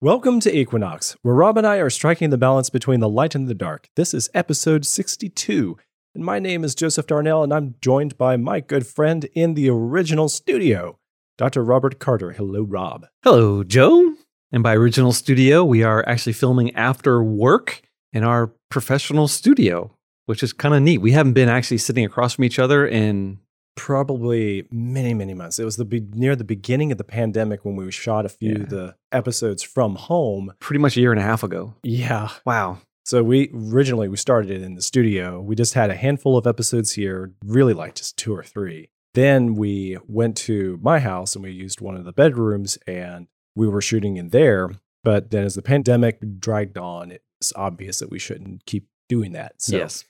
Welcome to Equinox, where Rob and I are striking the balance between the light and the dark. This is episode 62, and my name is Joseph Darnell, and I'm joined by my good friend in the original studio, Dr. Robert Carter. Hello, Rob. Hello, Joe. And by original studio, we are actually filming after work in our professional studio, which is kind of neat. We haven't been actually sitting across from each other in Probably many, many months. It was the be- near the beginning of the pandemic when we shot a few Yeah. of the episodes from home. pretty much a year and a half ago. Yeah, Wow. So we originally we started it in the studio. We just had a handful of episodes here, really like just two or three. Then we went to my house and we used one of the bedrooms and we were shooting in there. But then as the pandemic dragged on, it's obvious that we shouldn't keep doing that. So Yes.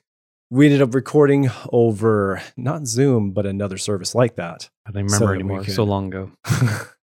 we ended up recording over not Zoom, but another service like that. I don't So remember that we anymore. could- So long ago.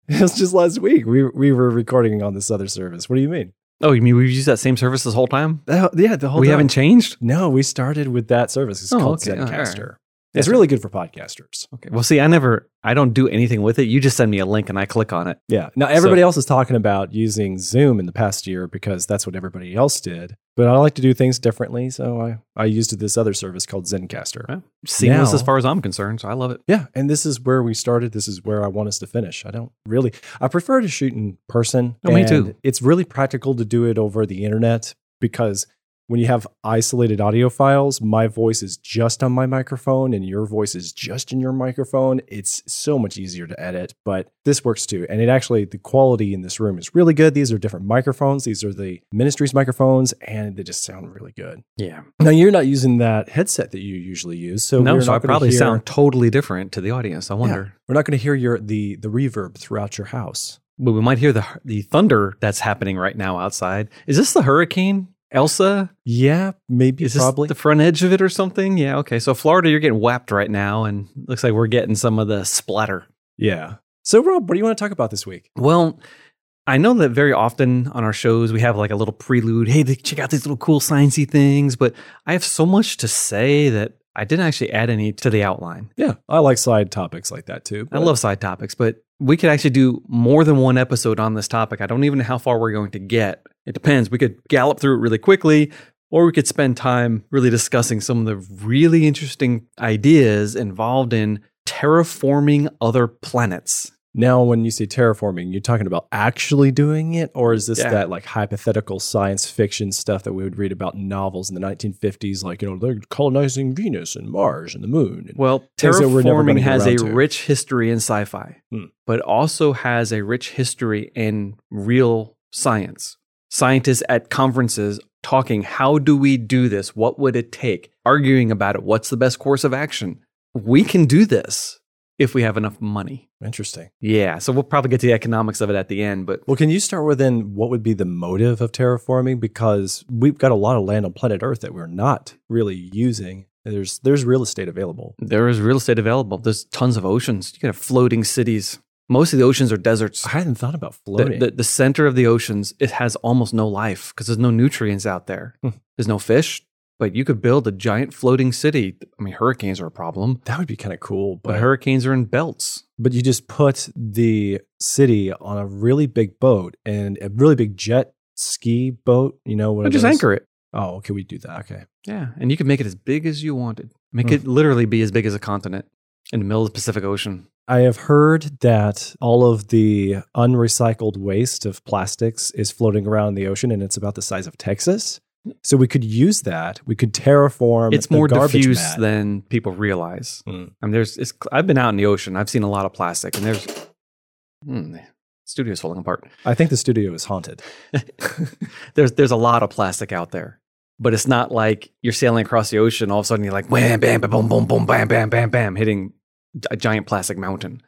it was just last week. We we were recording on this other service. What do you mean? Oh, you mean we've used that same service this whole time? yeah, the whole we haven't changed? No, we started with that service. It's Oh, called okay. All right. Zencaster. Yeah, It's so- really good for podcasters. Okay. Well, see, I never, I don't do anything with it. You just send me a link and I click on it. Yeah. Now everybody else is talking about using Zoom in the past year because that's what everybody else did. But I like to do things differently, so I I used this other service called Zencaster. Right. Seamless Now- as far as I'm concerned. So I love it. Yeah, and this is where we started. This is where I want us to finish. I don't really. I prefer to shoot in person. Oh, me and too. It's really practical to do it over the internet because when you have isolated audio files, my voice is just on my microphone and your voice is just in your microphone. It's so much easier to edit, but this works too. And it actually, the quality in this room is really good. These are different microphones. These are the ministry's microphones, and they just sound really good. Yeah. Now, you're not using that headset that you usually use. So no, we're not so I gonna probably hear- sound totally different to the audience. I wonder. we're not going to hear your the the reverb throughout your house. But we might hear the the thunder that's happening right now outside. Is this the hurricane, Elsa? Yeah, maybe Is this probably. the front edge of it or something? Yeah. Okay. So Florida, you're getting whapped right now, and looks like we're getting some of the splatter. yeah. So Rob, what do you want to talk about this week? Well, I know that very often on our shows we have like a little prelude. Hey, th- check out these little cool sciencey things. But I have so much to say that I didn't actually add any to the outline. Yeah, I like side topics like that too. I but- love side topics, but we could actually do more than one episode on this topic. I don't even know how far we're going to get. It depends. We could gallop through it really quickly, or we could spend time really discussing some of the really interesting ideas involved in terraforming other planets. now when you say terraforming, you're talking about actually doing it, or is this Yeah. that like hypothetical science fiction stuff that we would read about in novels in the 1950s, like you know they're colonizing Venus and Mars and the Moon? And, Well, Things that we're never gonna terraforming get has a around to. rich history in sci fi, Hmm. but also has a rich history in real science. Scientists at conferences talking, how do we do this? What would it take? Arguing about it. What's the best course of action? We can do this if we have enough money. Interesting. Yeah. So we'll probably get to the economics of it at the end, but Well, can you start with then what would be the motive of terraforming? Because we've got a lot of land on planet Earth that we're not really using. There's there's real estate available. there is real estate available. There's tons of oceans. You can have floating cities. Most of the oceans are deserts. I hadn't thought about the, floating. the, the center of the oceans it has almost no life because there's no nutrients out there Hmm. there's no fish but you could build a giant floating city i mean hurricanes are a problem that would be kind of cool, but but hurricanes are in belts but you just put the city on a really big boat and a really big jet ski boat. You know what? Or just anchor it Oh, okay, we do that. Okay, yeah and you could make it as big as you wanted make Hmm. it literally be as big as a continent in the middle of the pacific ocean I have heard that all of the unrecycled waste of plastics is floating around in the ocean, and it's about the size of Texas. So we could use that. We could terraform. it's the more garbage diffuse mat. than people realize Hmm. i mean there's it's, i've been out in the ocean i've seen a lot of plastic and there's hmm, the studio's falling apart I think the studio is haunted. there's there's a lot of plastic out there, but it's not like you're sailing across the ocean. All of a sudden, you're like wham, bam, bam, boom, boom, boom, bam, bam, bam, bam, hitting a giant plastic mountain.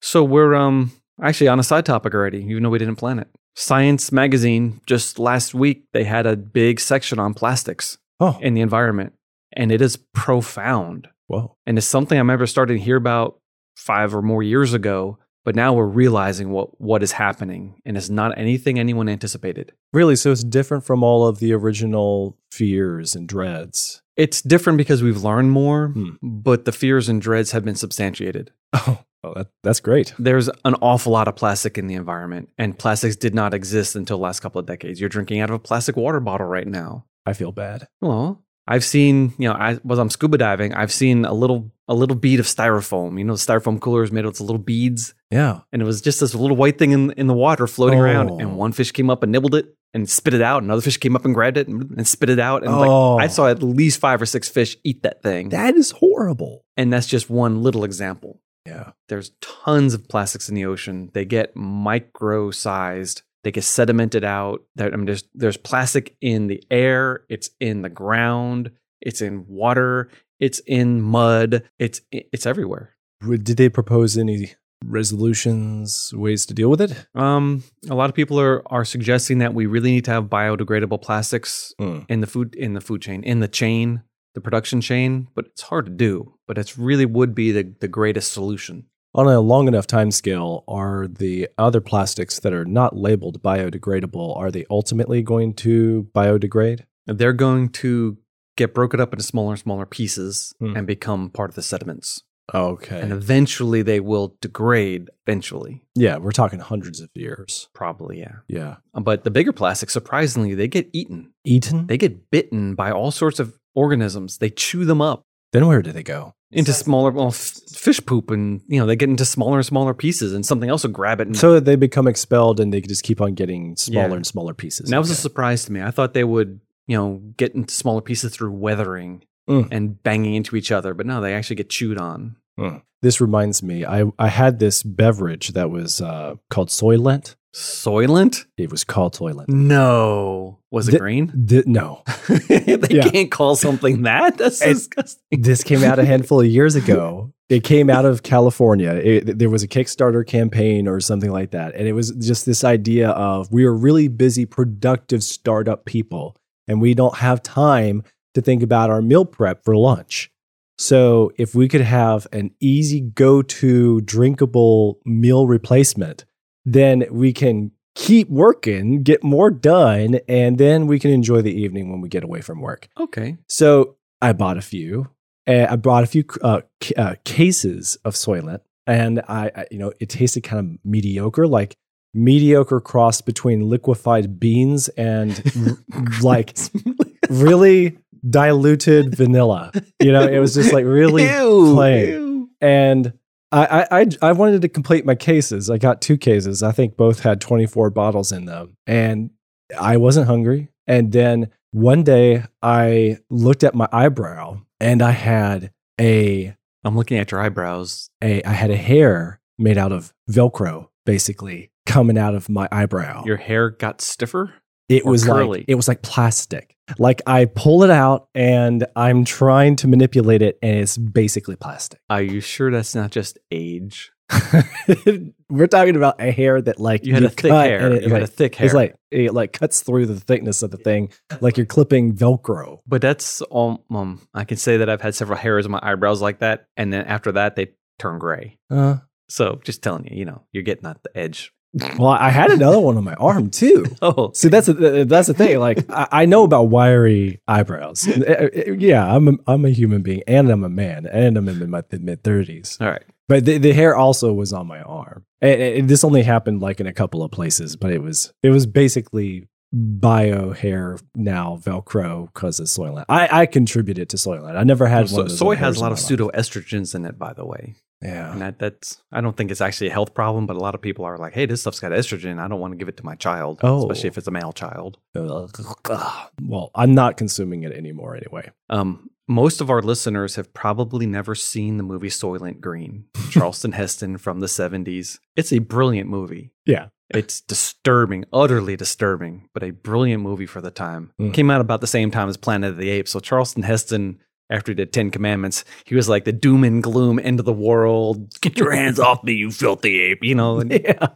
So we're um actually on a side topic already, even though we didn't plan it. Science magazine just last week they had a big section on plastics Oh, in the environment, and it is profound. whoa! And it's something I remember starting to hear about five or more years ago, but now we're realizing what what is happening, and it's not anything anyone anticipated. Really? So it's different from all of the original fears and dreads. It's different because we've learned more, Hmm. but the fears and dreads have been substantiated. Oh, Oh, that, that's great. There's an awful lot of plastic in the environment, and plastics did not exist until the last couple of decades. You're drinking out of a plastic water bottle right now. I feel bad. Well, I've seen, you know, I was I'm scuba diving. I've seen a little a little bead of styrofoam. You know, styrofoam cooler is made of little beads, Yeah. and it was just this little white thing in in the water floating Oh. around. And one fish came up and nibbled it and spit it out. Another fish came up and grabbed it and, and spit it out. And like oh, I saw at least five or six fish eat that thing. that is horrible. and that's just one little example. Yeah. There's tons of plastics in the ocean. They get micro sized. They get sedimented out. There, I mean, there's there's plastic in the air. It's in the ground. It's in water. It's in mud. It's it's everywhere. Would- Did they propose any resolutions, ways to deal with it? Um, a lot of people are are suggesting that we really need to have biodegradable plastics Mm. in the food in the food chain in the chain the production chain but it's hard to do but it's really would be the, the greatest solution On a long enough time scale, are the other plastics that are not labeled biodegradable, are they ultimately going to biodegrade? they're going to get broken up into smaller and smaller pieces Hmm. and become part of the sediments Okay. and eventually they will degrade eventually yeah, we're talking hundreds of years. probably yeah Yeah. Uh, but the bigger plastics surprisingly they get eaten Eaten? they get bitten by all sorts of organisms they chew them up then where do they go? into smaller well, f- fish poop and you know they get into smaller and smaller pieces and something else will grab it and So that they become expelled and they could just keep on getting smaller Yeah. and smaller pieces. And that was a Okay. surprise to me. I thought they would, you know, get into smaller pieces through weathering Mm. and banging into each other, but no, they actually get chewed on. this reminds me, I, I had this beverage that was uh, called Soylent. Soylent? It was called Soylent. No. Was it The- green? Th- no, they Yeah. can't call something that. That's It- disgusting. this came out a handful of years ago. It came out of California. It, there was a Kickstarter campaign or something like that. And it was just this idea of we are really busy, productive startup people, and we don't have time to think about our meal prep for lunch. So if we could have an easy go to drinkable meal replacement, then we can keep working, get more done, and then we can enjoy the evening when we get away from work. Okay. So I bought a few. And I bought a few uh, ca- uh, cases of Soylent, and I, I, you know, it tasted kind of mediocre, like mediocre cross between liquefied beans and like really diluted vanilla. You know, it was just like really Ew, plain. ew. and I, I, I, I wanted to complete my cases. I got two cases. I think both had 24 bottles in them. And I wasn't hungry. And then one day I looked at my eyebrow and I had a, I'm looking at your eyebrows. a I had a hair made out of Velcro, basically coming out of my eyebrow. Your hair got stiffer? it or was curly. like it was like plastic. Like I pull it out and I'm trying to manipulate it and it's basically plastic. Are you sure that's not just age? We're talking about a hair that like You had a thick cut hair. and it, you like, had a thick hair. It's like it like cuts through the thickness of the thing, like you're clipping Velcro. But that's all. Um, I can say that I've had several hairs on my eyebrows like that, and then after that, they turn gray. Uh, So just telling you, you know, you're getting at the edge. well, I had another one on my arm too. Oh, See, that's a, that's the thing. Like I, I know about wiry eyebrows. Uh, uh, Yeah, I'm a, I'm a human being, and I'm a man, and I'm in my mid thirties. all right. But the, the hair also was on my arm. And, and this only happened like in a couple of places, but it was it was basically bio hair now Velcro because of Soylent. I, I contributed to Soylent. I never had one. So, of those soy hairs has a in lot my of life. pseudoestrogens in it, by the way. And Yeah. that, that's I don't think it's actually a health problem, but a lot of people are like, "Hey, this stuff's got estrogen. I don't want to give it to my child, Oh. especially if it's a male child." Well, I'm not consuming it anymore anyway. Um, most of our listeners have probably never seen the movie Soylent Green, Charleston Heston from the 70s. It's a brilliant movie. Yeah. It's disturbing, utterly disturbing, but a brilliant movie for the time. Mm. Came out about the same time as Planet of the Apes. So Charleston Heston, after he did Ten Commandments, he was like the doom and gloom, end of the world. Get your hands off me, you filthy ape, you know? And, yeah.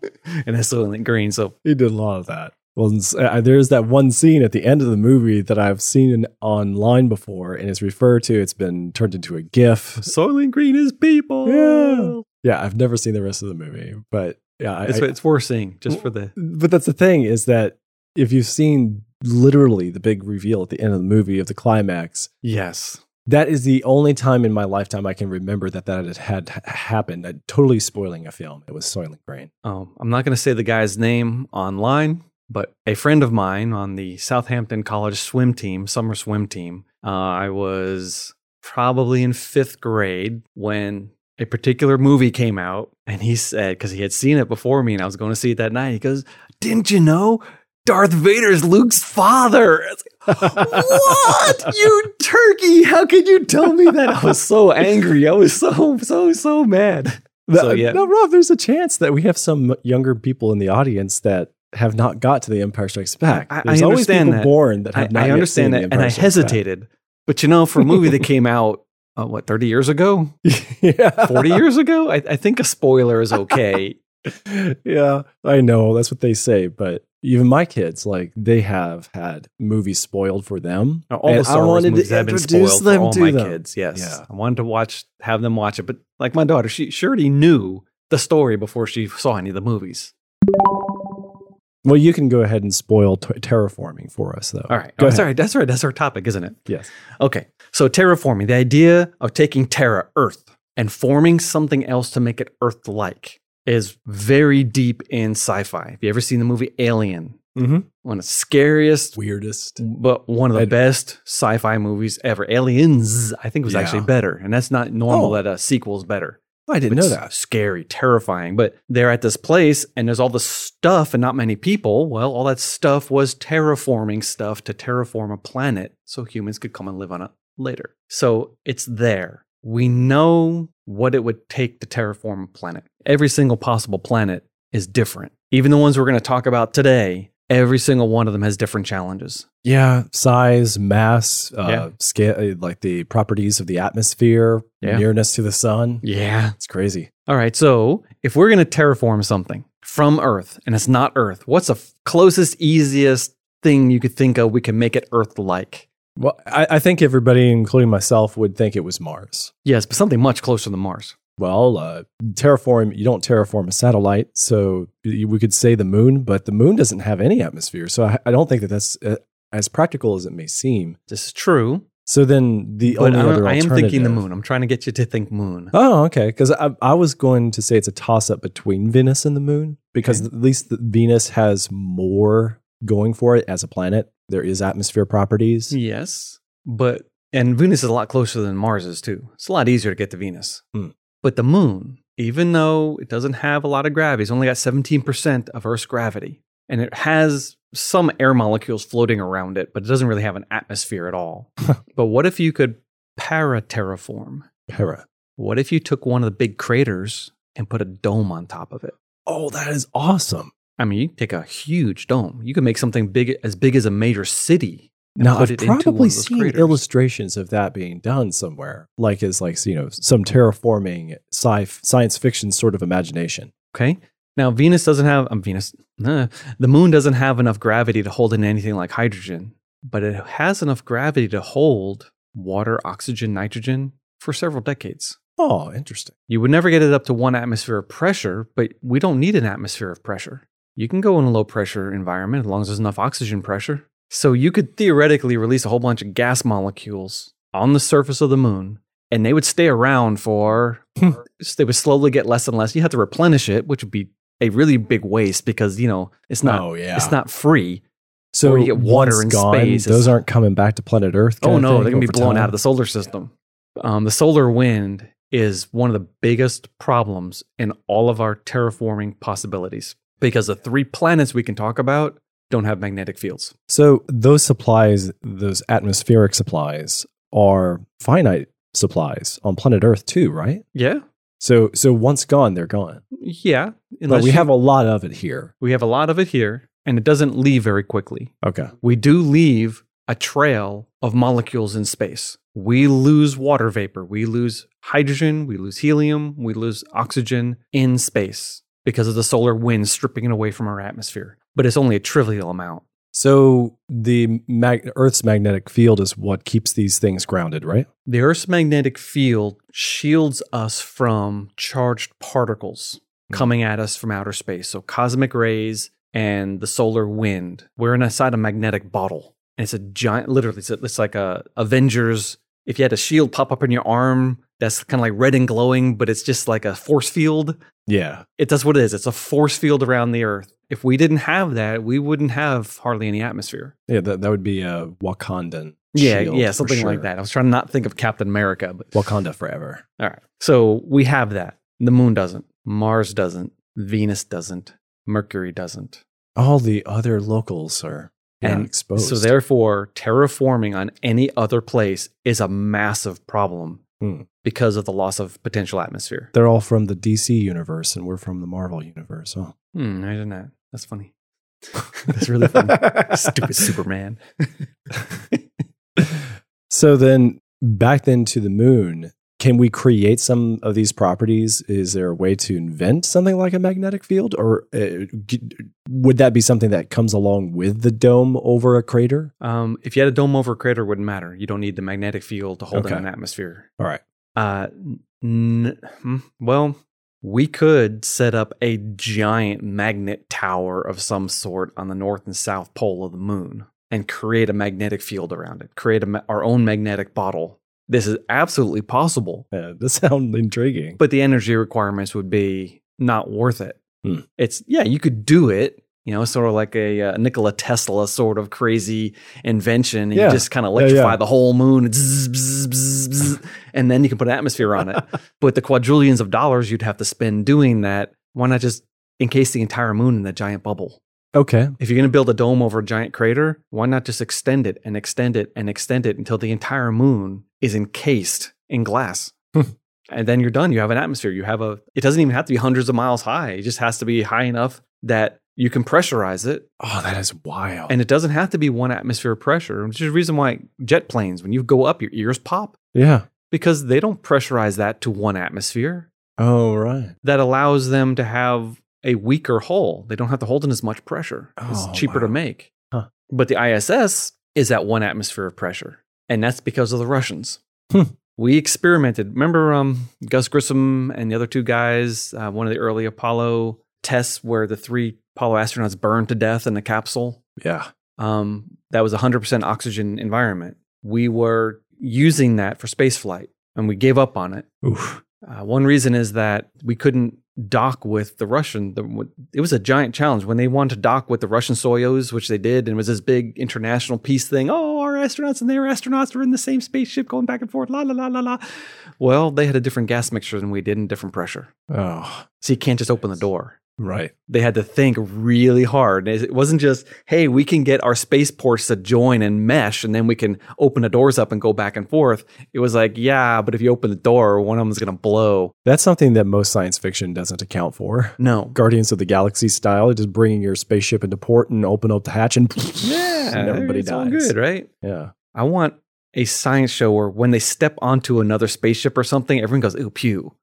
And it's Soylent Green. So He did a lot of that. Well, it's- uh, there's that one scene at the end of the movie that I've seen online before, and it's referred to. It's been turned into a GIF. Soylent Green is people. Yeah. Yeah, I've never seen the rest of the movie, but yeah, I- It's, I, it's worth seeing just for the. but that's the thing is that if you've seen literally the big reveal at the end of the movie of the climax, Yes. That is the only time in my lifetime I can remember that that had had happened. That totally spoiling a film. It was Soylent Green. Oh, I'm not going to say the guy's name online, but a friend of mine on the Southampton College swim team, summer swim team, uh, I was probably in fifth grade when a particular movie came out. And he said, because he had seen it before me and I was going to see it that night, he goes, Didn't you know? Darth Vader's Luke's father. It's like, what? You turkey. How could you tell me that? I was so angry. I was so, so, so mad. So, yeah. Now, Rob, there's a chance that we have some younger people in the audience that have not got to The Empire Strikes Back. I- I There's always understand people that. born that have I, not I yet seen understand The that, and Empire I Strikes Back. hesitated. But you know, for a movie that came out uh, what thirty years ago, yeah. forty years ago, I, I think a spoiler is okay. yeah, I know that's what they say, but even my kids, like they have had movies spoiled for them. Now, all And the Star I Wars wanted movies to have been introduce spoiled them for all to my them. kids. Yes, Yeah. I wanted to watch, have them watch it, but like my daughter, she she already knew the story before she saw any of the movies. Well, you can go ahead and spoil t- terraforming for us, though. All right, Go oh, that's ahead. all right. That's all right. That's our topic, isn't it? Yes. Okay, so terraforming, the idea of taking Terra, Earth, and forming something else to make it Earth like is very deep in sci fi. Have you ever seen the movie Alien? Mhm. One of the scariest, Weirdest. but one of the I'd- best sci fi movies ever. Aliens, I think, was Yeah. actually better. And that's not normal Oh. that a sequel's better. I didn't know It's that. Scary, terrifying. But they're at this place and there's all this stuff and not many people. Well, all that stuff was terraforming stuff to terraform a planet so humans could come and live on it later. So it's there. We know what it would take to terraform a planet. Every single possible planet is different. Even the ones we're going to talk about today, every single one of them has different challenges. Yeah, size, mass, uh, Yeah. scale, like the properties of the atmosphere, Yeah. nearness to the sun. Yeah. It's crazy. All right, so if we're going to terraform something from Earth and it's not Earth, what's the f- closest, easiest thing you could think of we can make it Earth like? Well, I, I think everybody, including myself, would think it was Mars. Yes, but something much closer than Mars. Well, uh, terraform, you don't terraform a satellite. So y- we could say the moon, but the moon doesn't have any atmosphere. So I, I don't think that that's uh, as practical as it may seem. This is true, So then the but only I'm, other I am thinking the alternative- moon. I'm trying to get you to think moon. Oh, okay. Because I, I was going to say it's a toss up between Venus and the moon because at least the, Venus has more going for it as a planet. There is atmosphere properties. Yes, but and Venus is a lot closer than Mars is too. It's a lot easier to get to Venus. Hmm. But the moon, even though it doesn't have a lot of gravity, it's only got 17% of Earth's gravity, and it has some air molecules floating around it, but it doesn't really have an atmosphere at all. but what if you could para terraform? Hera. What if you took one of the big craters and put a dome on top of it? Oh, that is awesome. I mean, you take a huge dome. You could make something big as big as a major city. and Now put I've it into one of probably those seen craters. illustrations of that being done somewhere, like as like you know some terraforming sci science fiction sort of imagination. Okay. Now Venus doesn't have um, Venus. uh, the moon doesn't have enough gravity to hold in anything like hydrogen, but it has enough gravity to hold water, oxygen, nitrogen for several decades. Oh, interesting. You would never get it up to one atmosphere of pressure, but we don't need an atmosphere of pressure. You can go in a low pressure environment as long as there's enough oxygen pressure. So you could theoretically release a whole bunch of gas molecules on the surface of the moon, and they would stay around for. Hmm. they would slowly get less and less. You have to replenish it, which would be a really big waste because you know it's not oh yeah. it's not free. so or you get water once in gone, space, it's- Those aren't coming back to planet Earth. Oh no, they're gonna be blown out of the solar system. Um, the solar wind is one of the biggest problems in all of our terraforming possibilities because the three planets we can talk about don't have magnetic fields. So those supplies, those atmospheric supplies, are finite supplies on planet Earth too, right? Yeah, So so once gone, they're gone. yeah. But Unless we you- have a lot of it here. we have a lot of it here, and it doesn't leave very quickly. Okay. we do leave a trail of molecules in space. We lose water vapor, we lose hydrogen, we lose helium, we lose oxygen in space because of the solar wind stripping it away from our atmosphere. But it's only a trivial amount. So the mag- Earth's magnetic field is what keeps these things grounded, right? The Earth's magnetic field shields us from charged particles Hmm. coming at us from outer space. So, cosmic rays and the solar wind. We're inside a magnetic bottle. And it's a giant, literally, it's, it's like a Avengers If you had a shield pop up in your arm that's kind of like red and glowing, but it's just like a force field, Yeah. it does what it is. It's a force field around the Earth. If we didn't have that, we wouldn't have hardly any atmosphere. Yeah. That, that would be a Wakandan. Yeah, shield yeah, for something like sure. that. I was trying to not think of Captain America, but Wakanda forever. all right. So we have that. The moon doesn't. Mars doesn't. Venus doesn't. Mercury doesn't. All the other locals are yeah, And exposed. So therefore, terraforming on any other place is a massive problem Hmm. because of the loss of potential atmosphere. they're all from the DC universe, and we're from the Marvel universe. Oh, Huh? Hmm, I didn't know. That's funny. That's really funny. Stupid Superman. So then back then to the moon, can we create some of these properties? Is there a way to invent something like a magnetic field or uh, g- would that be something that comes along with the dome over a crater? Um, if you had a dome over a crater, it wouldn't matter. You don't need the magnetic field to hold Okay. in an atmosphere. All right. Uh, n- hmm, well, we could set up a giant magnet tower of some sort on the north and south pole of the moon and create a magnetic field around it, create a ma- our own magnetic bottle. This is absolutely possible, Uh, this sounds intriguing. but the energy requirements would be not worth it. Hmm. It's, yeah, you could do it. You know, sort of like a uh, Nikola Tesla sort of crazy invention. And Yeah. You just kind of Yeah, yeah. electrify the whole moon, and zzz, bzz, bzz, bzz, and then you can put an atmosphere on it. But the quadrillions of dollars you'd have to spend doing that, why not just encase the entire moon in that giant bubble? okay. If you're going to build a dome over a giant crater, why not just extend it and extend it and extend it until the entire moon is encased in glass? Hmm. and then you're done. You have an atmosphere. You have a, it doesn't even have to be hundreds of miles high. It just has to be high enough that you can pressurize it Oh, that is wild. and it doesn't have to be one atmosphere of pressure, which is the reason why jet planes, when you go up, your ears pop yeah. because they don't pressurize that to one atmosphere. Oh, right. That allows them to have a weaker hull. They don't have to hold in as much pressure. Oh, it's cheaper to wow. make. Huh. But the ISS is at one atmosphere of pressure, and that's because of the Russians. Hmm. We experimented. Remember um, Gus Grissom and the other two guys, uh, one of the early Apollo tests where the three Apollo astronauts burned to death in a capsule? Yeah. um, that was 100% oxygen environment. We were using that for space flight and we gave up on it. Oof. Uh, one reason is that we couldn't dock with the Russian. The, it was a giant challenge when they wanted to dock with the Russian Soyuz, which they did, and it was this big international peace thing. Oh, our astronauts and their astronauts are in the same spaceship going back and forth. La la la la la. Well, they had a different gas mixture than we did, and different pressure. Oh, So you can't just open the door right. they had to think really hard. It wasn't just, hey, we can get our spaceports to join and mesh, and then we can open the doors up and go back and forth. It was like, yeah, but if you open the door, one of them's going to blow. That's something that most science fiction doesn't account for. No. Guardians of the Galaxy style, just bringing your spaceship into port and open up the hatch and, and everybody it's dies. all good, right? Yeah. I want a science show where when they step onto another spaceship or something, everyone goes, ooh, pew.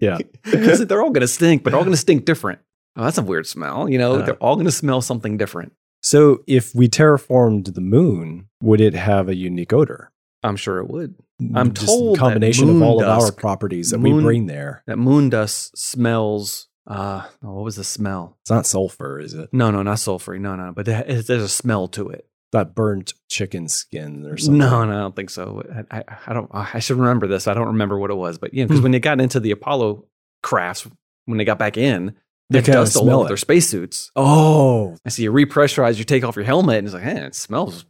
yeah. Because they're all going to stink, but they're all going to stink different. Oh, that's a weird smell. You know, Yeah. they're all going to smell something different. So if we terraformed the moon, would it have a unique odor? I'm sure it would. I'm Just told that combination of moon all of our dusk- properties that we moon- bring there. That moon dust smells. Uh, oh, what was the smell? It's not sulfur, is it? It's No, no, not sulfury. No, no, but it, it- there's a smell to it. not burnt chicken skin or something. No, no, I don't think so. I, I, I don't. I should remember this. I don't remember what it was, but you know, because Hmm. when they got into the Apollo crafts, when they got back in, They they kinda dust all smell over it. their spacesuits. Oh, I see you repressurize, you take off your helmet, and it's like, hey, it smells.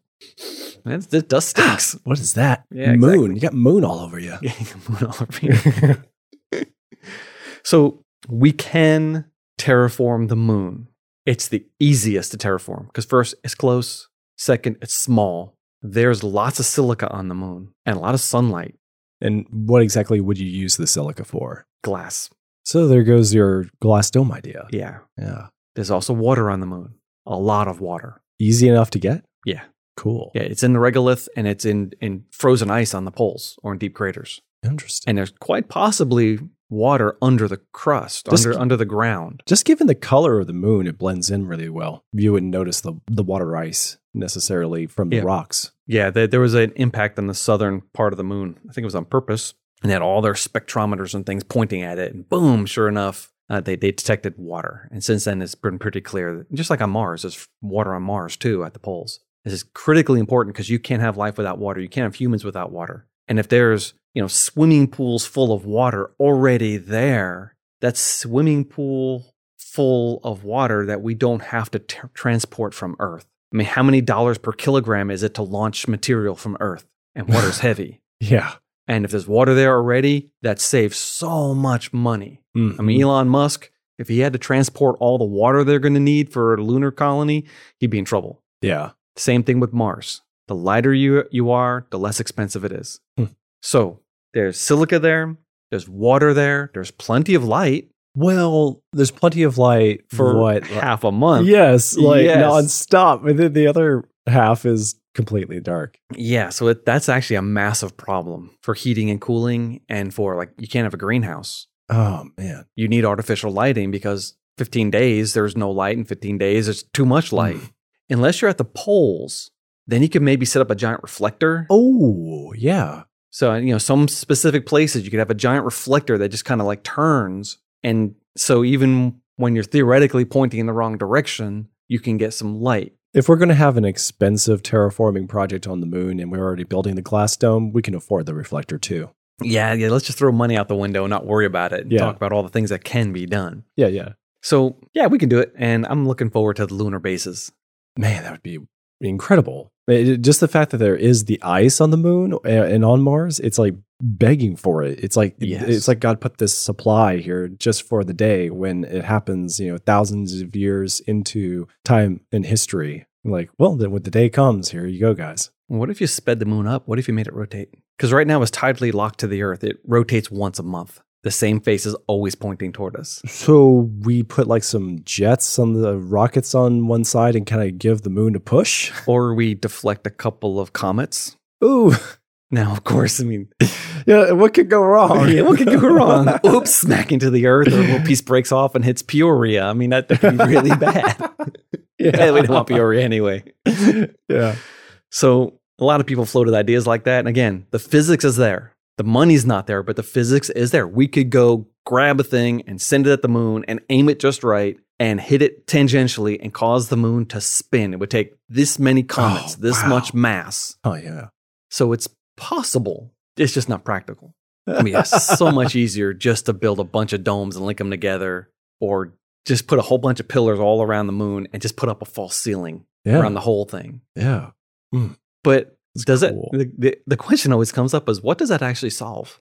Man, the dust stinks. what is that? Yeah, moon. exactly. You got moon all over you. Yeah, you can moon all over you. so we can terraform the moon. It's the easiest to terraform because first, it's close. Second, it's small. There's lots of silica on the moon and a lot of sunlight, And what exactly would you use the silica for? glass. So there goes your glass dome idea. Yeah. Yeah. There's also water on the moon, a lot of water. Easy enough to get? Yeah. Cool. Yeah. It's in the regolith and it's in, in frozen ice on the poles or in deep craters. Interesting. And there's quite possibly water under the crust, Just- under, under the ground. Just given the color of the moon, it blends in really well. You wouldn't notice the, the water ice necessarily from the Yeah. rocks. Yeah, there, there was an impact on the southern part of the moon. I think it was on purpose. And they had all their spectrometers and things pointing at it. And boom, sure enough, uh, they, they detected water. And since then, it's been pretty clear. That, just like on Mars, there's water on Mars too at the poles. It's This is critically important because you can't have life without water. You can't have humans without water. And if there's, you know, swimming pools full of water already there, that swimming pool full of water that we don't have to t- transport from Earth. I mean, how many dollars per kilogram is it to launch material from Earth? And water's heavy. Yeah. And if there's water there already, that saves so much money. Mhm. I mean, Elon Musk, if he had to transport all the water they're going to need for a lunar colony, he'd be in trouble. yeah. Same thing with Mars. The lighter you, you are, the less expensive it is. Hmm. So there's silica there, there's water there, there's plenty of light Well, there's plenty of light for what? half a month. Yes, like Yes. nonstop. And then the other half is completely dark. Yeah, so it, that's actually a massive problem for heating and cooling, and for like you can't have a greenhouse. Oh man. You need artificial lighting because 15 days there's no light, and 15 days there's too Mm. much light. Unless you're at the poles, then you could maybe set up a giant reflector. Oh yeah. So you know some specific places you could have a giant reflector that just kind of like turns, and so even when you're theoretically pointing in the wrong direction, you can get some light. If we're gonna have an expensive terraforming project on the moon and we're already building the glass dome, we can afford the reflector too. Yeah, yeah. Let's just throw money out the window and not worry about it. And Yeah. Talk about all the things that can be done. Yeah, yeah. So yeah, we can do it, and I'm looking forward to the lunar bases. Man, that would be incredible. It- it- just the fact that there is the ice on the moon a- and on Mars, it's like begging for it. It's like Yes. it's like God put this supply here just for the day when it happens, you know, thousands of years into time and history. Like, well, then when the day comes, here you go, guys. What if you sped the moon up? What if you made it rotate? Because right now it's tidally locked to the Earth. It rotates once a month. The same face is always pointing toward us. So we put like some jets on the uh, rockets on one side and kind of give the moon a push. Or we deflect a couple of comets. Ooh, Now, of course, I mean, yeah, what could go wrong? yeah, what could go wrong? Oops, smack into the Earth, or a little piece breaks off and hits Peoria. I mean, that would be really bad. yeah, we don't want Peoria anyway. yeah. So a lot of people floated ideas like that. And again, the physics is there. The money's not there, but the physics is there. We could go grab a thing and send it at the moon and aim it just right and hit it tangentially and cause the moon to spin. It would take this many comets, Oh, this wow. much mass. Oh yeah. So it's possible. It's just not practical. Oh, I mean, it's so much easier just to build a bunch of domes and link them together or just put a whole bunch of pillars all around the moon and just put up a false ceiling yeah. around the whole thing. Yeah. But It's does cool. it the, the, the question always comes up is what does that actually solve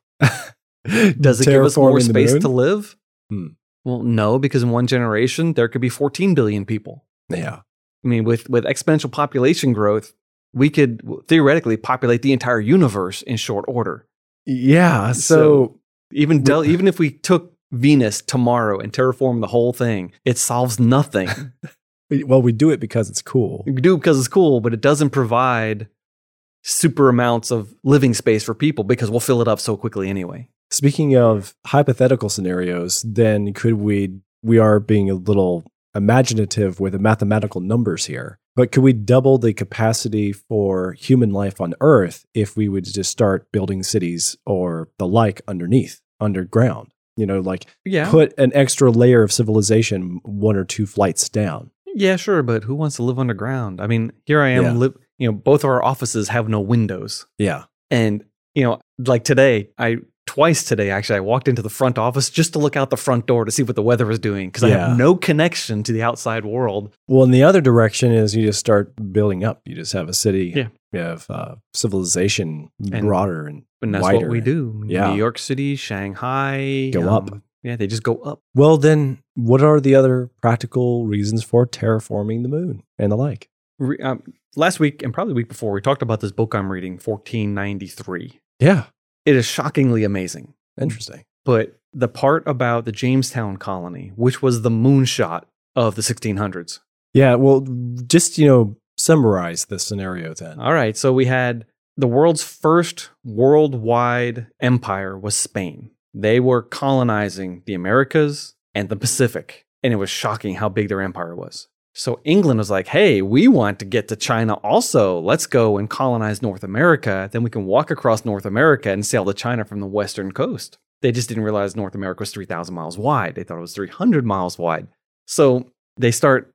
does it give us more Terraforming the space moon? to live Hmm. well no because in one generation there could be 14 billion people Yeah. i mean with with exponential population growth we could theoretically populate the entire universe in short order Yeah. So, So- even Del- We- even if we took venus tomorrow and terraform the whole thing it solves nothing well, we do it because it's cool. We do it because it's cool, but it doesn't provide super amounts of living space for people because we'll fill it up so quickly anyway. Speaking of hypothetical scenarios, then could we, we are being a little imaginative with the mathematical numbers here, but could we double the capacity for human life on Earth if we would just start building cities or the like underneath, underground? You know, like Yeah. put an extra layer of civilization one or two flights down. yeah, sure, but who wants to live underground? I mean, here I am, Yeah. li- you know, both of our offices have no windows. Yeah. And, you know, like today, I twice today actually I walked into the front office just to look out the front door to see what the weather was doing because I Yeah. have no connection to the outside world. Well, in the other direction is you just start building up. You just have a city. Yeah. You have uh, civilization And- broader and, And that's wider. what we do. Yeah. New York City, Shanghai. um, Go up. Yeah, they just go up. Well, then, what are the other practical reasons for terraforming the moon and the like? re- um, last week and probably the week before, we talked about this book I'm reading, 1493. Yeah. It is shockingly amazing. Interesting. But the part about the Jamestown colony, which was the moonshot of the 1600s. Yeah. Well, just, you know, summarize the scenario then. All right, so we had the world's first worldwide empire was Spain. They were colonizing the Americas and the Pacific, and it was shocking how big their empire was. So England was like, "Hey, we want to get to China also. Let's go and colonize North America, then we can walk across North America and sail to China from the western coast." They just didn't realize North America was 3,000 miles wide. They thought it was 300 miles wide. So they start,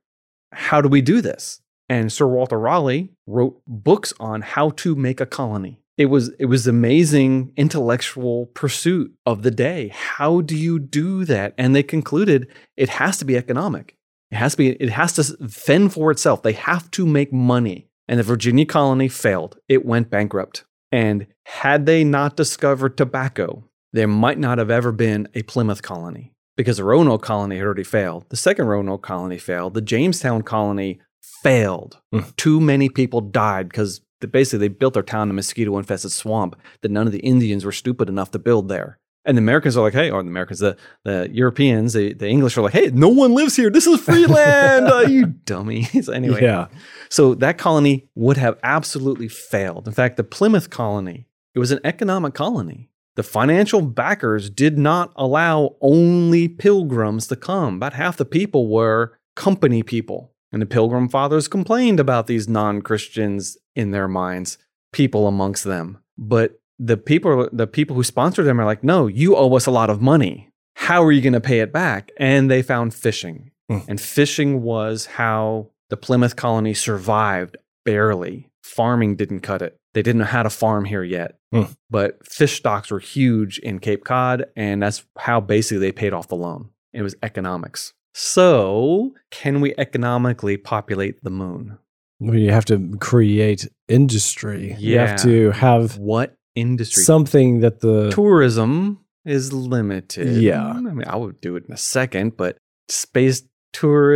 how do we do this? And Sir Walter Raleigh wrote books on how to make a colony. It was it was amazing intellectual pursuit of the day. How do you do that? And they concluded it has to be economic. It has to be it has to fend for itself. They have to make money. And the Virginia colony failed. It went bankrupt. And had they not discovered tobacco, there might not have ever been a Plymouth colony because the Roanoke colony had already failed. The second Roanoke colony failed. The Jamestown colony failed. Mm. Too many people died because basically they built their town in a mosquito infested swamp that none of the Indians were stupid enough to build there. And the Americans are like, hey, or the Americans, the, the Europeans, the, the English are like, hey, no one lives here. This is free land. uh, you dummies. Anyway, Yeah. so that colony would have absolutely failed. In fact, the Plymouth colony, it was an economic colony. The financial backers did not allow only pilgrims to come. About half the people were company people. And the Pilgrim Fathers complained about these non Christians in their minds, people amongst them. But the people, the people who sponsored them are like, no, you owe us a lot of money. How are you going to pay it back? And they found fishing. Hmm. And fishing was how the Plymouth colony survived barely. Farming didn't cut it. They didn't know how to farm here yet. Hmm. But fish stocks were huge in Cape Cod, and that's how basically they paid off the loan. It was economics. So, can we economically populate the moon? Well, you have to create industry. You Yeah. have to have What industry? something that the tourism is limited. Yeah. I mean, I would do it in a second, but space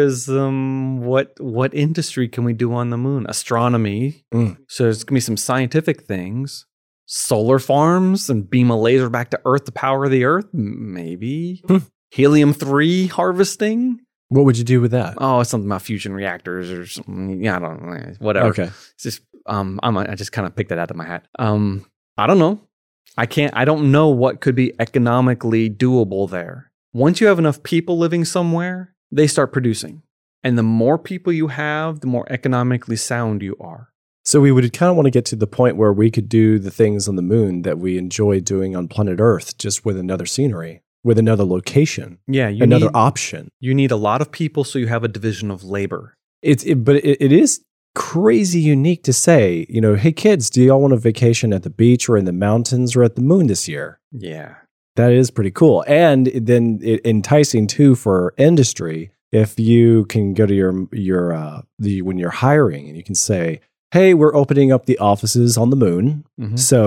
tourism, what what industry can we do on the moon? Astronomy. Mm. So there's gonna be some scientific things. Solar farms and beam a laser back to Earth to power the Earth, M- maybe. Hmm. Helium three harvesting. what would you do with that? Oh, it's something about fusion reactors or something. Yeah, I don't know. Whatever. Okay. It's just um, I'm I just kind of picked that out of my hat. Um, I don't know. I can't. I don't know what could be economically doable there. Once you have enough people living somewhere, they start producing, and the more people you have, the more economically sound you are. So we would kind of want to get to the point where we could do the things on the moon that we enjoy doing on planet Earth, just with another scenery, with another location, Yeah, you another need option. you need a lot of people, so you have a division of labor. It's it, but it, it is crazy unique to say, you know, hey kids, do y'all want a vacation at the beach or in the mountains or at the moon this year? Yeah, That is pretty cool. And then it, enticing too for industry. If you can go to your your uh, the when you're hiring and you can say, "Hey, we're opening up the offices on the moon." Mhm. So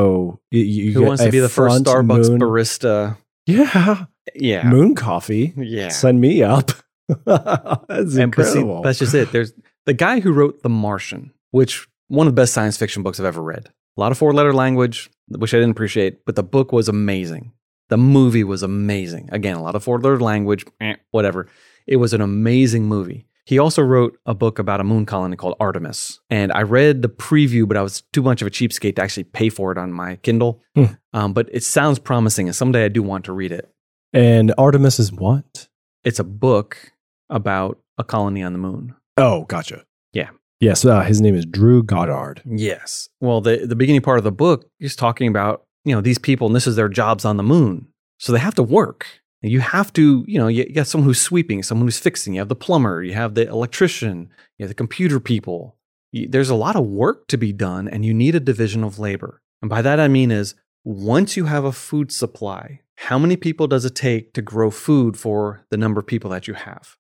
y- you, who get wants a to be the first front Starbucks moon- barista? Yeah, Yeah, moon coffee. yeah. Send me up. that's And but see, incredible. that's just it. There's the guy who wrote The Martian, which one of the best science fiction books I've ever read. A lot of four letter language, which I didn't appreciate, but the book was amazing. The movie was amazing. Again, a lot of four letter language, eh, whatever. It was an amazing movie. He also wrote a book about a moon colony called Artemis. And I read the preview, but I was too much of a cheapskate to actually pay for it on my Kindle. Hmm. Um, but it sounds promising, and someday I do want to read it. and Artemis is what? It's a book about a colony on the moon. Oh, gotcha. Yeah. Yes. Uh, his name is Drew Goddard. Yes. Well, the the beginning part of the book is talking about you know these people and this is their jobs on the moon, so they have to work. You have to you know you, you got someone who's sweeping, someone who's fixing. You have the plumber, you have the electrician, you have the computer people. You, there's a lot of work to be done, and you need a division of labor. And by that I mean is once you have a food supply, how many people does it take to grow food for the number of people that you have?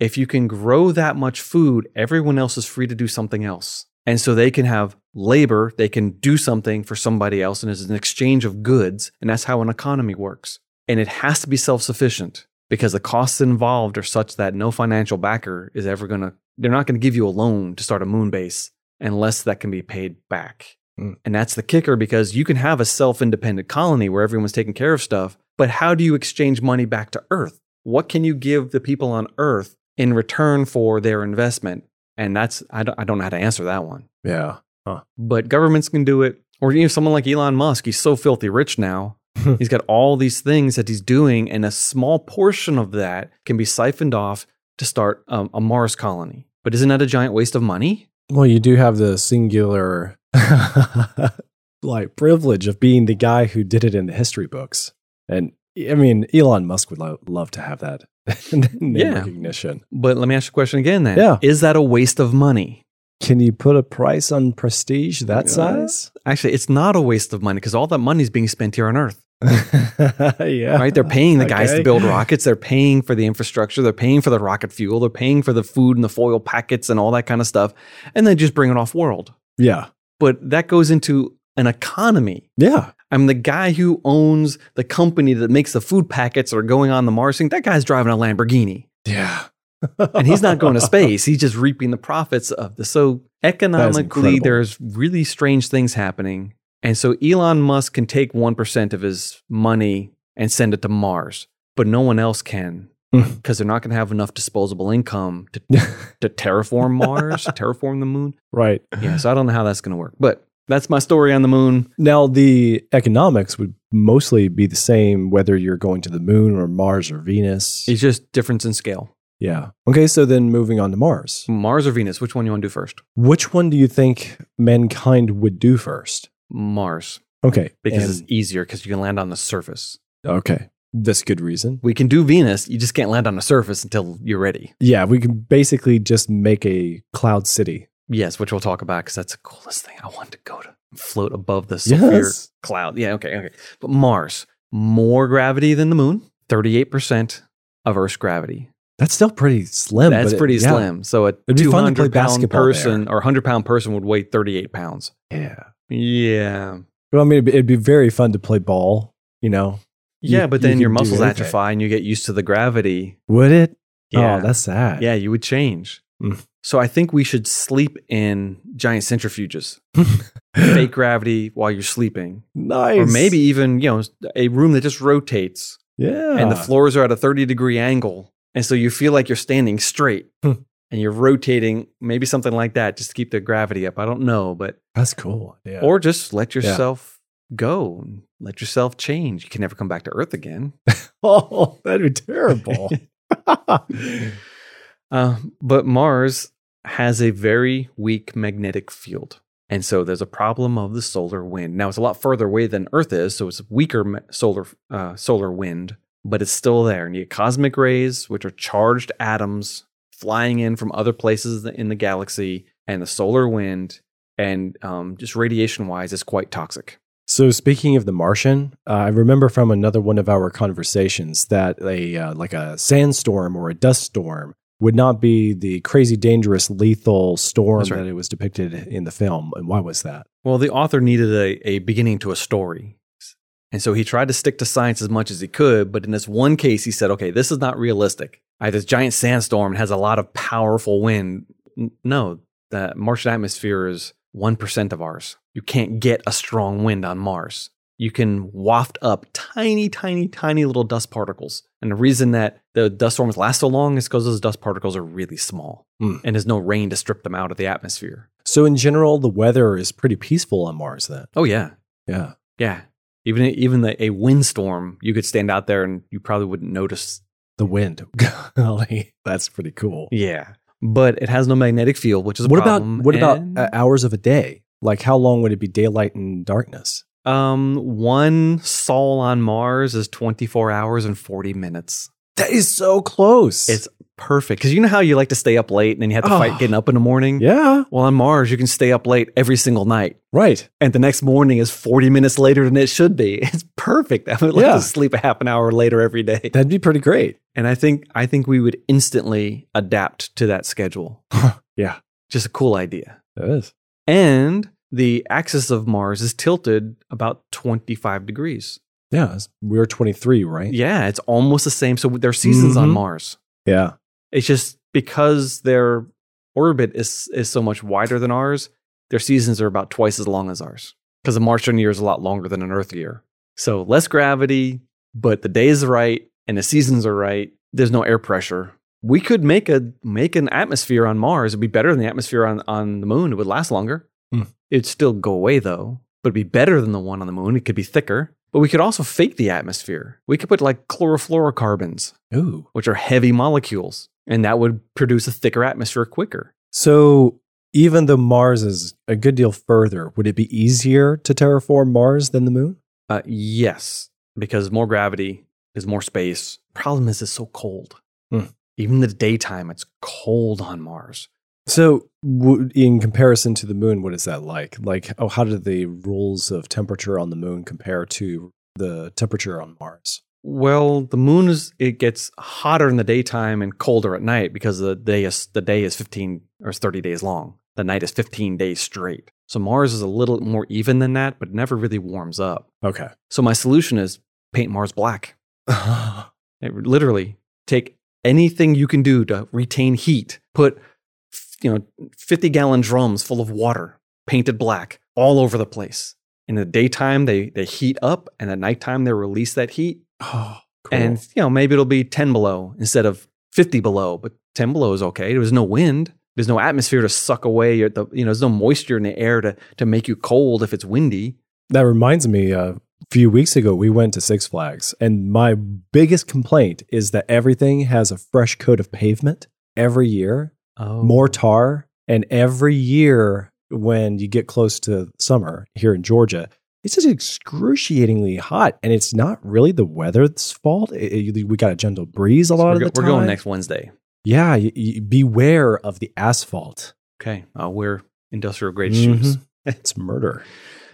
if you can grow that much food, everyone else is free to do something else. And so they can have labor, they can do something for somebody else, and it's an exchange of goods. And that's how an economy works. And it has to be self sufficient because the costs involved are such that no financial backer is ever going to, they're not going to give you a loan to start a moon base unless that can be paid back. Mm. And that's the kicker because you can have a self independent colony where everyone's taking care of stuff, but how do you exchange money back to Earth? What can you give the people on Earth in return for their investment? And that's, I don't, I don't know how to answer that one. Yeah. But governments can do it. Or you know, someone like Elon Musk, he's so filthy rich now. he's got all these things that he's doing, and a small portion of that can be siphoned off to start um, a Mars colony. But isn't that a giant waste of money? Well, you do have the singular like privilege of being the guy who did it in the history books. And I mean, Elon Musk would lo- love to have that name Yeah. recognition. But let me ask you a question again then. Yeah. Is that a waste of money? Can you put a price on prestige that Yeah. size? Actually, it's not a waste of money because all that money is being spent here on Earth, yeah. right? They're paying the guys Okay. to build rockets. They're paying for the infrastructure. They're paying for the rocket fuel. They're paying for the food and the foil packets and all that kind of stuff. And then just bring it off world. Yeah. But that goes into an economy. Yeah. I'm the guy who owns the company that makes the food packets that are going on the Mars thing. That guy's driving a Lamborghini Yeah. and he's not going to space. He's just reaping the profits of this. So economically, incredible. there's really strange things happening. And so Elon Musk can take 1% of his money and send it to Mars, but no one else can Mm. because they're not going to have enough disposable income to, to terraform Mars, terraform the moon. right. Yeah. So I don't know how that's going to work, but that's my story on the moon. Now, the economics would mostly be the same whether you're going to the moon or Mars or Venus. It's just difference in scale. Yeah. Okay. So then moving on to Mars, Mars or Venus? Which one you want to do first? which one do you think mankind would do first? Mars, Okay. because e and- it's easier because you can land on the surface. okay. That's good reason. We can do Venus. You just can't land on the surface until you're ready. Yeah. We can basically just make a cloud city. Yes, which we'll talk about because that's the coolest thing I want to go to. Float above the sulfur Yes. cloud. Yeah, okay, okay. But Mars, more gravity than the moon, 38% of Earth's gravity. That's still pretty slim. That's but it- pretty yeah. slim. So a It'd be fun to play 200 pound basketball person or 100 pound person would weigh 38 pounds. Yeah. Yeah. Well, I mean, it'd be, it'd be very fun to play ball, you know? You- Yeah, but you then your can do muscles anything. atrophy and you get used to the gravity. Would it? Yeah. Oh, that's sad. Yeah, you would change. Mm. So I think we should sleep in giant centrifuges, fake gravity while you're sleeping, nice. or maybe even you know a room that just rotates Yeah. and the floors are at a 30 degree angle, and so you feel like you're standing straight Hmm. and you're rotating, maybe something like that, just to keep the gravity up. I don't know, but That's cool. Yeah. or just let yourself go, and let yourself change. You can never come back to Earth again. oh, that'd be terrible. Uh, but Mars has a very weak magnetic field. And so there's a problem of the solar wind. Now it's a lot further away than Earth is, so it's weaker ma- solar uh, solar wind, but it's still there. And you get cosmic rays, which are charged atoms flying in from other places in the galaxy, and the solar wind, and um, just radiation wise, is quite toxic. so speaking of the Martian, uh, I remember from another one of our conversations that a uh, like a sandstorm or a dust storm would not be the crazy dangerous lethal storm That's right. that it was depicted in the film. And why was that? Well, the author needed a, a beginning to a story. And so he tried to stick to science as much as he could. But in this one case, he said, okay, this is not realistic. I have this giant sandstorm and has a lot of powerful wind. N- No, the Martian atmosphere is 1% of ours. You can't get a strong wind on Mars. You can waft up tiny, tiny, tiny little dust particles. And the reason that the dust storms last so long is because those dust particles are really small Hmm. and there's no rain to strip them out of the atmosphere. So in general, the weather is pretty peaceful on Mars then. Oh, yeah. Yeah. Yeah. Even even the, a windstorm, you could stand out there and you probably wouldn't notice. The wind. Golly. That's pretty cool. Yeah. But it has no magnetic field, which is a What about problem. what about and, uh, hours of a day? Like how long would it be daylight and darkness? um one sol on Mars is 24 hours and 40 minutes. That is so close. It's perfect cuz you know how you like to stay up late and then you have to Oh. fight getting up in the morning? yeah, Well, on Mars you can stay up late every single night. right. And the next morning is 40 minutes later than it should be. It's perfect. I would like Yeah. to sleep a half an hour later every day. That'd be pretty great. And I think I think we would instantly adapt to that schedule. Yeah. Just a cool idea. It is. And the axis of Mars is tilted about 25 degrees. Yeah, it's- we're 23, right? Yeah, it's almost the same. So there are seasons on Mhm. Mars. Yeah. It's just because their orbit is is so much wider than ours, their seasons are about twice as long as ours. Because a Martian year is a lot longer than an Earth year. So less gravity, but the days are right and the seasons are right. There's no air pressure. We could make a make an atmosphere on Mars. It'd be better than the atmosphere on, on the moon. It would last longer. Hmm. It'd still go away though, but it'd be better than the one on the moon. It could be thicker. But we could also fake the atmosphere. We could put like chlorofluorocarbons Ooh. which are heavy molecules, and that would produce a thicker atmosphere quicker. So even though Mars is a good deal further, would it be easier to terraform Mars than the moon? Uh, yes, because more gravity is more space. Problem is, it's so cold. Hmm. Even in the daytime, it's cold on Mars. So, w- in comparison to the moon, what is that like? Like, oh, how do the rules of temperature on the moon compare to the temperature on Mars? Well, the moon is it gets hotter in the daytime and colder at night because the day is the day is 15 or it's 30 days long. The night is 15 days straight. So Mars is a little more even than that, but never really warms up. Okay. So my solution is paint Mars black. Oh, It, literally, take anything you can do to retain heat. Put f- you know 50 gallon drums full of water painted black all over the place. In the daytime, they they heat up, and at nighttime they release that heat oh, and you know, maybe it'll be 10 below instead of 50 below, but 10 below is okay. There was no wind. There's no atmosphere to suck away or the you know, there's no moisture in the air to to make you cold if it's windy. That reminds me, uh, a few weeks ago, we went to Six Flags, and my biggest complaint is that everything has a fresh coat of pavement every year, Oh. more tar, and every year when you get close to summer here in Georgia, it's just excruciatingly hot, and it's not really the weather's fault. It- it- we got a gentle breeze a lot we're, of go- the time. we're going next Wednesday. Yeah, y- y- beware of the asphalt. Okay. I'll wear industrial grade Mhm. shoes. It's murder.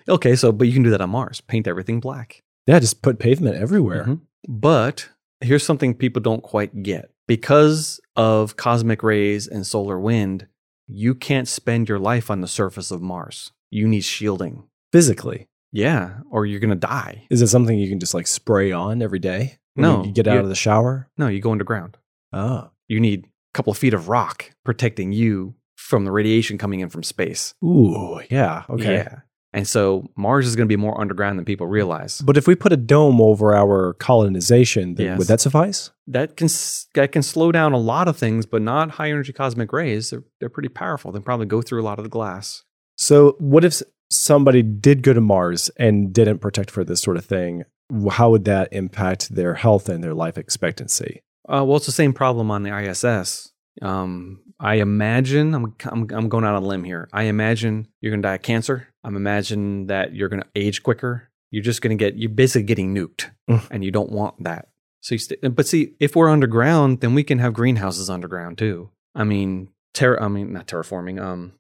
Okay, so but you can do that on Mars. Paint everything black. Yeah, just put pavement everywhere. Mhm. But here's something people don't quite get. Because of cosmic rays and solar wind, you can't spend your life on the surface of Mars. You need shielding. Physically, Yeah, or you're gonna die. is it something you can just like spray on every day? when No, you get out you- of the shower. No, you go underground. Oh, You need a couple of feet of rock protecting you from the radiation coming in from space. ooh, yeah, okay. Yeah. And so Mars is gonna be more underground than people realize. But if we put a dome over our colonization, then Yes. would that suffice? That can s- that can slow down a lot of things, but not high energy cosmic rays. They're they're pretty powerful. They probably go through a lot of the glass. So, what if s- somebody did go to Mars and didn't protect for this sort of thing? Wh- How would that impact their health and their life expectancy? Uh, well, it's the same problem on the ISS. Um, I imagine I'm, I'm I'm going out on a limb here. I imagine you're going to die of cancer. I'm imagine that you're going to age quicker. You're just going to get you're basically getting nuked, Mm. and you don't want that. So, you st- but see, if we're underground, then we can have greenhouses underground too. I mean, terra. I mean, not terraforming. Um,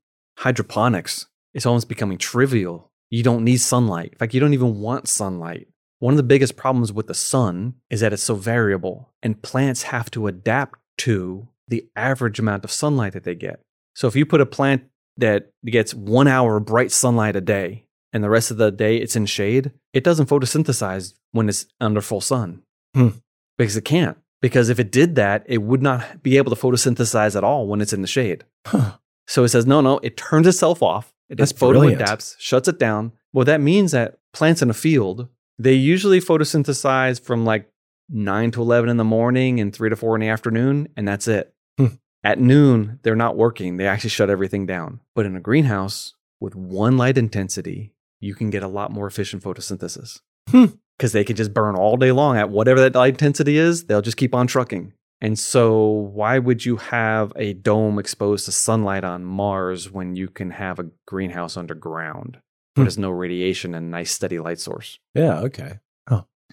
hydroponics. It's almost becoming trivial. You don't need sunlight. In fact, you don't even want sunlight. One of the biggest problems with the sun is that it's so variable, and plants have to adapt to the average amount of sunlight that they get. So if you put a plant that gets one hour of bright sunlight a day, and the rest of the day it's in shade, it doesn't photosynthesize when it's under full sun Hmm. because it can't. Because if it did that, it would not be able to photosynthesize at all when it's in the shade. Huh. So it says, no, no, it turns itself off. It That's just photo brilliant. adapts, shuts it down. Well, that means that plants in a field, they usually photosynthesize from like 9 to 11 in the morning and 3 to 4 in the afternoon, and that's it. Hmm. At noon, they're not working. They actually shut everything down. But in a greenhouse with one light intensity, you can get a lot more efficient photosynthesis Hmm. because they can just burn all day long at whatever that light intensity is. They'll just keep on trucking. And so, why would you have a dome exposed to sunlight on Mars when you can have a greenhouse underground? Hmm. where There's no radiation and nice steady light source. Yeah, okay.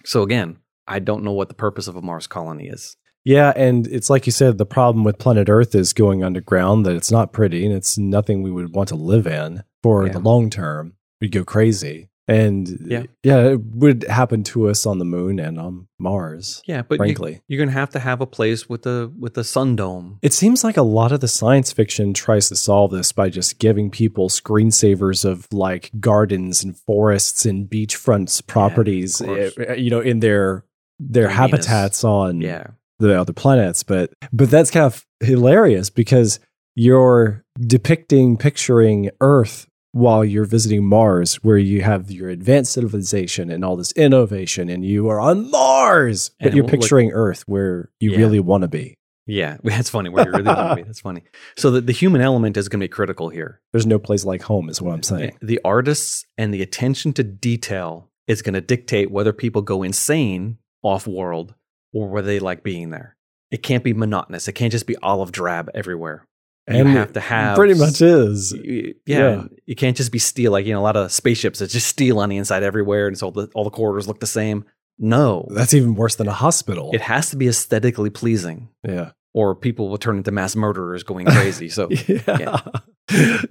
So, again, I don't know what the purpose of a Mars colony is. Yeah, and it's like you said, the problem with planet Earth is going underground, that it's not pretty and it's nothing we would want to live in for Yeah. the long term. We'd go crazy. And Yeah. yeah, it would happen to us on the moon and on Mars, Yeah, but you, frankly. you're going to have to have a place with a with a sun dome. It seems like a lot of the science fiction tries to solve this by just giving people screensavers of like gardens and forests and beachfronts properties, course. eh, you know, in their their On Venus. habitats on Yeah, the other planets but but that's kind of hilarious because you're depicting picturing earth while you're visiting mars where you have your advanced civilization and all this innovation and you are on mars but And it you're won't look- picturing earth where you Yeah. really want to be yeah, that's funny. Where you really want to be, that's funny. So the, the human element is going to be critical here. there's no place like home is what i'm saying The artists and the attention to detail is going to dictate whether people go insane off world or whether they like being there. It can't be monotonous. It can't just be olive drab everywhere. You have to have pretty much is Yeah, Yeah. you can't just be steel like you know a lot of spaceships. It's just steel on the inside everywhere, and so all the, all the corridors look the same. No, that's even worse than a hospital it has to be aesthetically pleasing. yeah or people will turn into mass murderers going crazy. So Yeah.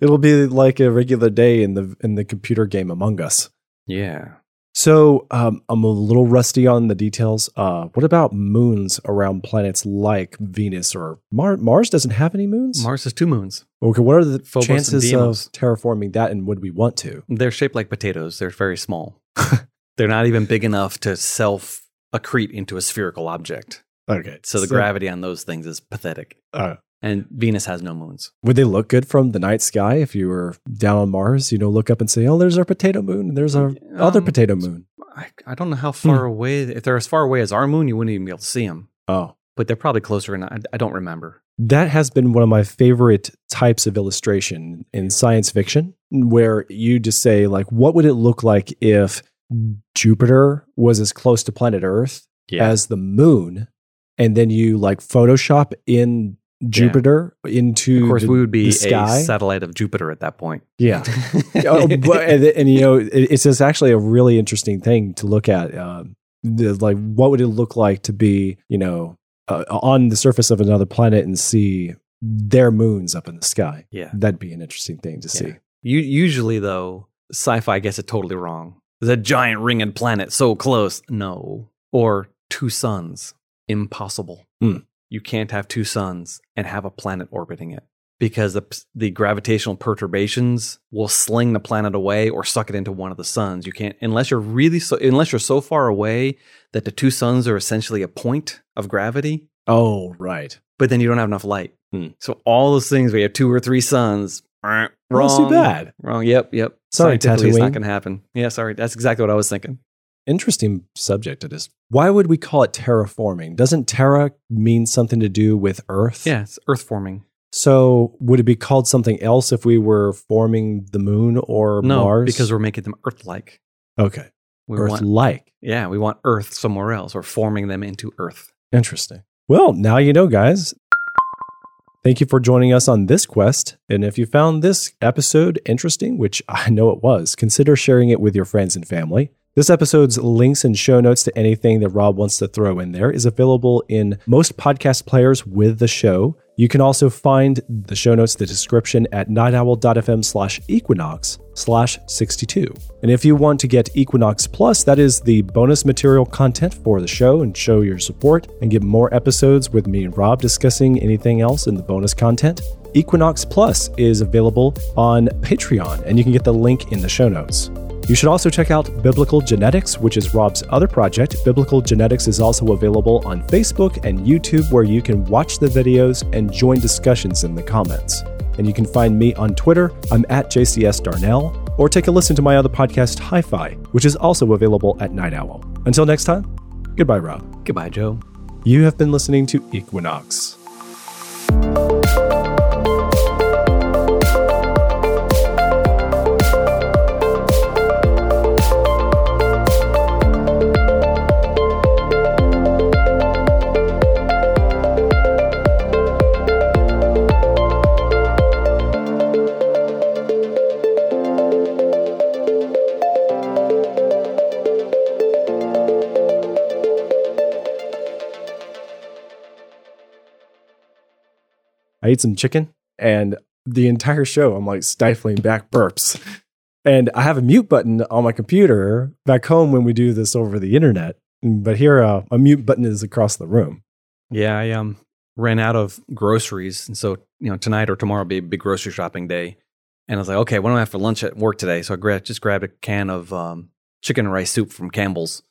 It'll be like a regular day in the in the computer game Among Us. yeah, So um, I'm a little rusty on the details. Uh, what about moons around planets like Venus or Mars? Mars doesn't have any moons. Mars has two moons. okay, what are the Phobos and chances of Deimos. terraforming that, and would we want to? They're shaped like potatoes. They're very small. They're not even big enough to self accrete into a spherical object. Okay, So the gravity on those things is pathetic. Uh, And Venus has no moons. would they look good from the night sky if you were down on Mars? You know, look up and say, "Oh, there's our potato moon. and There's our other Um, potato moon." I, I don't know how far away. If they're as far away as our moon, you wouldn't even be able to see them. Oh, But they're probably closer, and I, I don't remember. that has been one of my favorite types of illustration in science fiction where you just say like what would it look like if jupiter was as close to planet earth as the moon and then you like photoshop in jupiter into of course, the, we would be the a sky satellite of Jupiter at that point. yeah oh, but, and, and, you know it, it's just actually a really interesting thing to look at um, the, like what would it look like to be you know uh, on the surface of another planet and see their moons up in the sky yeah. that'd be an interesting thing to Yeah. see U- usually, though, sci-fi gets it totally wrong. The giant ringed planet so close. No. Or two suns. Impossible. Hmm. You can't have two suns and have a planet orbiting it because the, p- the gravitational perturbations will sling the planet away or suck it into one of the suns. You can't unless you're really so unless you're so far away that the two suns are essentially a point of gravity oh right but then you don't have enough light. Hmm. So all those things where you have two or three suns, wrong. that's too bad Wrong. Yep. Yep. Sorry, Scientifically, it's Tatooine. not going to happen. Yeah. Sorry. That's exactly what I was thinking. interesting subject it is why would we call it terraforming doesn't terra mean something to do with earth Yeah. It's earth forming. so would it be called something else if we were forming the moon or No, mars because we're making them earth like. okay We earth want, like yeah, we want earth somewhere else. We're forming them into earth. Interesting. Well, now you know, guys. Thank you for joining us on this quest. And if you found this episode interesting, which I know it was, consider sharing it with your friends and family. This episode's links and show notes to anything that Rob wants to throw in there is available in most podcast players with the show. You can also find the show notes, the description at nightowl.fm slash equinox slash 62. And if you want to get Equinox Plus, that is the bonus material content for the show and show your support and get more episodes with me and Rob discussing anything else in the bonus content. Equinox Plus is available on Patreon, and you can get the link in the show notes. You should also check out Biblical Genetics, which is Rob's other project. Biblical Genetics is also available on Facebook and YouTube, where you can watch the videos and join discussions in the comments. And you can find me on Twitter. I'm at JCS Darnell. Or take a listen to my other podcast, Hi Fi, which is also available at Night Owl. Until next time, goodbye, Rob. Goodbye, Joe. You have been listening to Equinox. I ate some chicken and the entire show I'm like stifling back burps. And I have a mute button on my computer back home when we do this over the internet. But here, uh, a mute button is across the room. Yeah. I um, ran out of groceries. And so, you know, tonight or tomorrow will be a big grocery shopping day. And I was like, okay, what do I have for lunch at work today? So I gra- just grabbed a can of um, chicken and rice soup from Campbell's.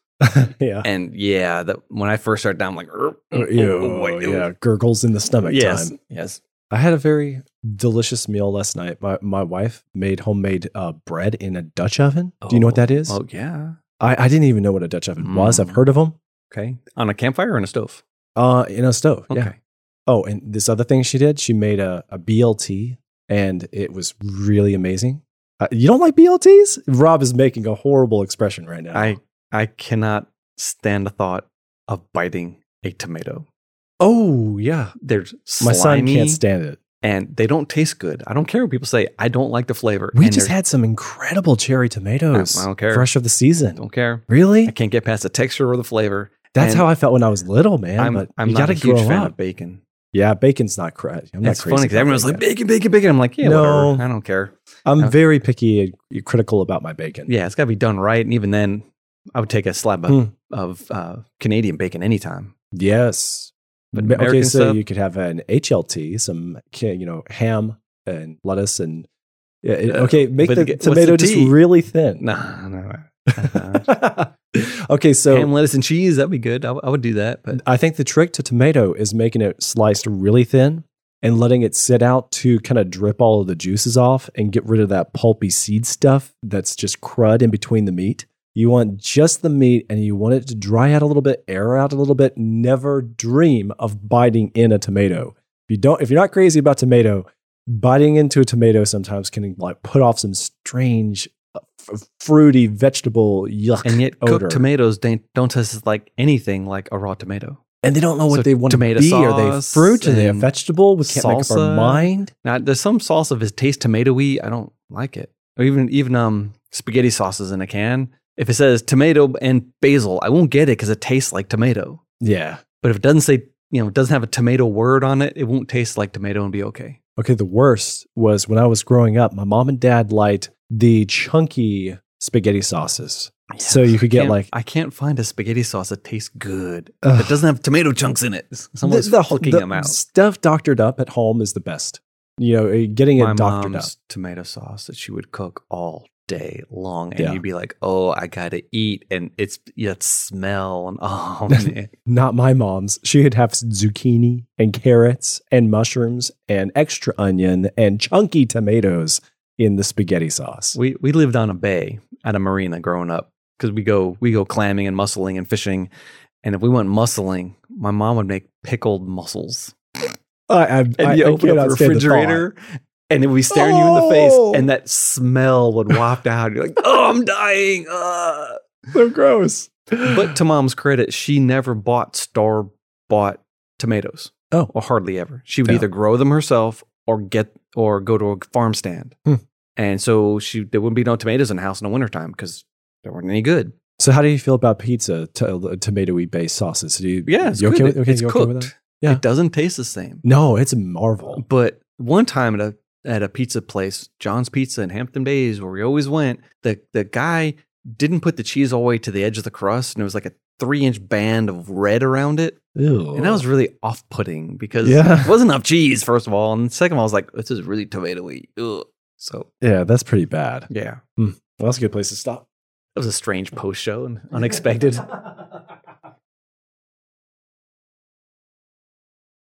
yeah. And yeah, that when I first started down, I'm like, "Urgh, oh, Ew, oh, boy, ew." Uh, yeah, gurgles in the stomach yes, time. yes. I had a very delicious meal last night. My, my wife made homemade uh, bread in a Dutch oven. Do you know what that is? Oh yeah. I, I didn't even know what a Dutch oven was. I've Mm. heard of them Okay. On a campfire or in a stove? uh, in a stove. Okay. Yeah. Oh, and this other thing she did, she made a, a BLT and it was really amazing. Uh, you don't like BLTs? Rob is making a horrible expression right now. I I cannot stand the thought of biting a tomato. oh, yeah. They're My slimy son can't stand it. and they don't taste good. I don't care what people say. I don't like the flavor. We and just they're- had some incredible cherry tomatoes. I don't care. Fresh of the season. don't care. I Really? can't get past the texture or the flavor. That's and- how I felt when I was little, man. I'm but I'm you not gotta a huge grow fan up. of bacon. Yeah, bacon's not crazy. I'm That's not crazy. funny because about everyone's like bacon. bacon, bacon, bacon. I'm like, yeah, No. whatever. I don't care. I'm uh, very picky and critical about my bacon. Yeah, it's got to be done right. And even then, I would take a slab of, Hmm. of uh, Canadian bacon anytime. Yes. But Ma- okay, American so stuff- you could have an HLT, some ca- you know ham and lettuce and yeah, it- Uh, okay, make but the the- what's tomato the just tea? really thin. No, no. okay, so Uh-huh. Ham, lettuce, and cheese. That'd be good. I, w- I would do that. But I think the trick to tomato is making it sliced really thin and letting it sit out to kind of drip all of the juices off and get rid of that pulpy seed stuff that's just crud in between the meat. You want just the meat and you want it to dry out a little bit, air out a little bit. Never dream of biting in a tomato. If you don't if you're not crazy about tomato, biting into a tomato sometimes can like put off some strange uh, f- fruity vegetable yuck and yet, odor. cooked tomatoes don't, don't taste like anything like a raw tomato. and they don't know So what they want to tomato be. Are they sauce fruit? Are they a and vegetable? We can't make up our salsa. mind. Now, there's some sauce of it tastes tomatoey. I don't like it. Or even even um spaghetti sauces in a can. If it says tomato and basil, I won't get it because it tastes like tomato. Yeah. But if it doesn't say, you know, it doesn't have a tomato word on it, it won't taste like tomato and be okay. Okay. The worst was when I was growing up. My mom and dad liked the chunky spaghetti sauces. So you could get Can't- like I can't find a spaghetti sauce that tastes good. Ugh. That doesn't have tomato chunks in it. Someone's flicking them out. stuff doctored up at home is the best. You know, uh, getting My it doctored up. mom's tomato sauce that she would cook all day long, and Yeah. you'd be like, "Oh, I gotta eat," and it's yeah, it smell and oh man, Not my mom's. She would have zucchini and carrots and mushrooms and extra onion and chunky tomatoes in the spaghetti sauce. We we lived on a bay at a marina growing up because we go we go clamming and mussling and fishing, and if we went mussling, my mom would make pickled mussels, I, I, and I- you I open up cannot the stand thought. refrigerator. and it would be staring you in the Oh. face, and that smell would waft out. You're like, "Oh, I'm dying!" Uh. so gross. But to mom's credit, she never bought store bought tomatoes. Oh. or hardly ever. She would Yeah. either grow them herself or get or go to a farm stand. Hmm. And so she there wouldn't be no tomatoes in the house in the wintertime because there weren't any good. So how do you feel about pizza, t- tomatoey based sauces? Do you, Yeah, it's you okay good. with, okay, it's you okay cooked. with that? Yeah. It doesn't taste the same. No, it's a marvel. But one time at a at a pizza place, John's Pizza in Hampton Bays, where we always went, the the guy didn't put the cheese all the way to the edge of the crust, and it was like a three inch band of red around it. Ew. And that was really off putting because Yeah. it wasn't enough cheese, first of all. And second of all, I was like, this is really tomatoey. Ugh. So yeah, that's pretty bad. yeah. Well, that's a good place to stop. That was a strange post show and unexpected.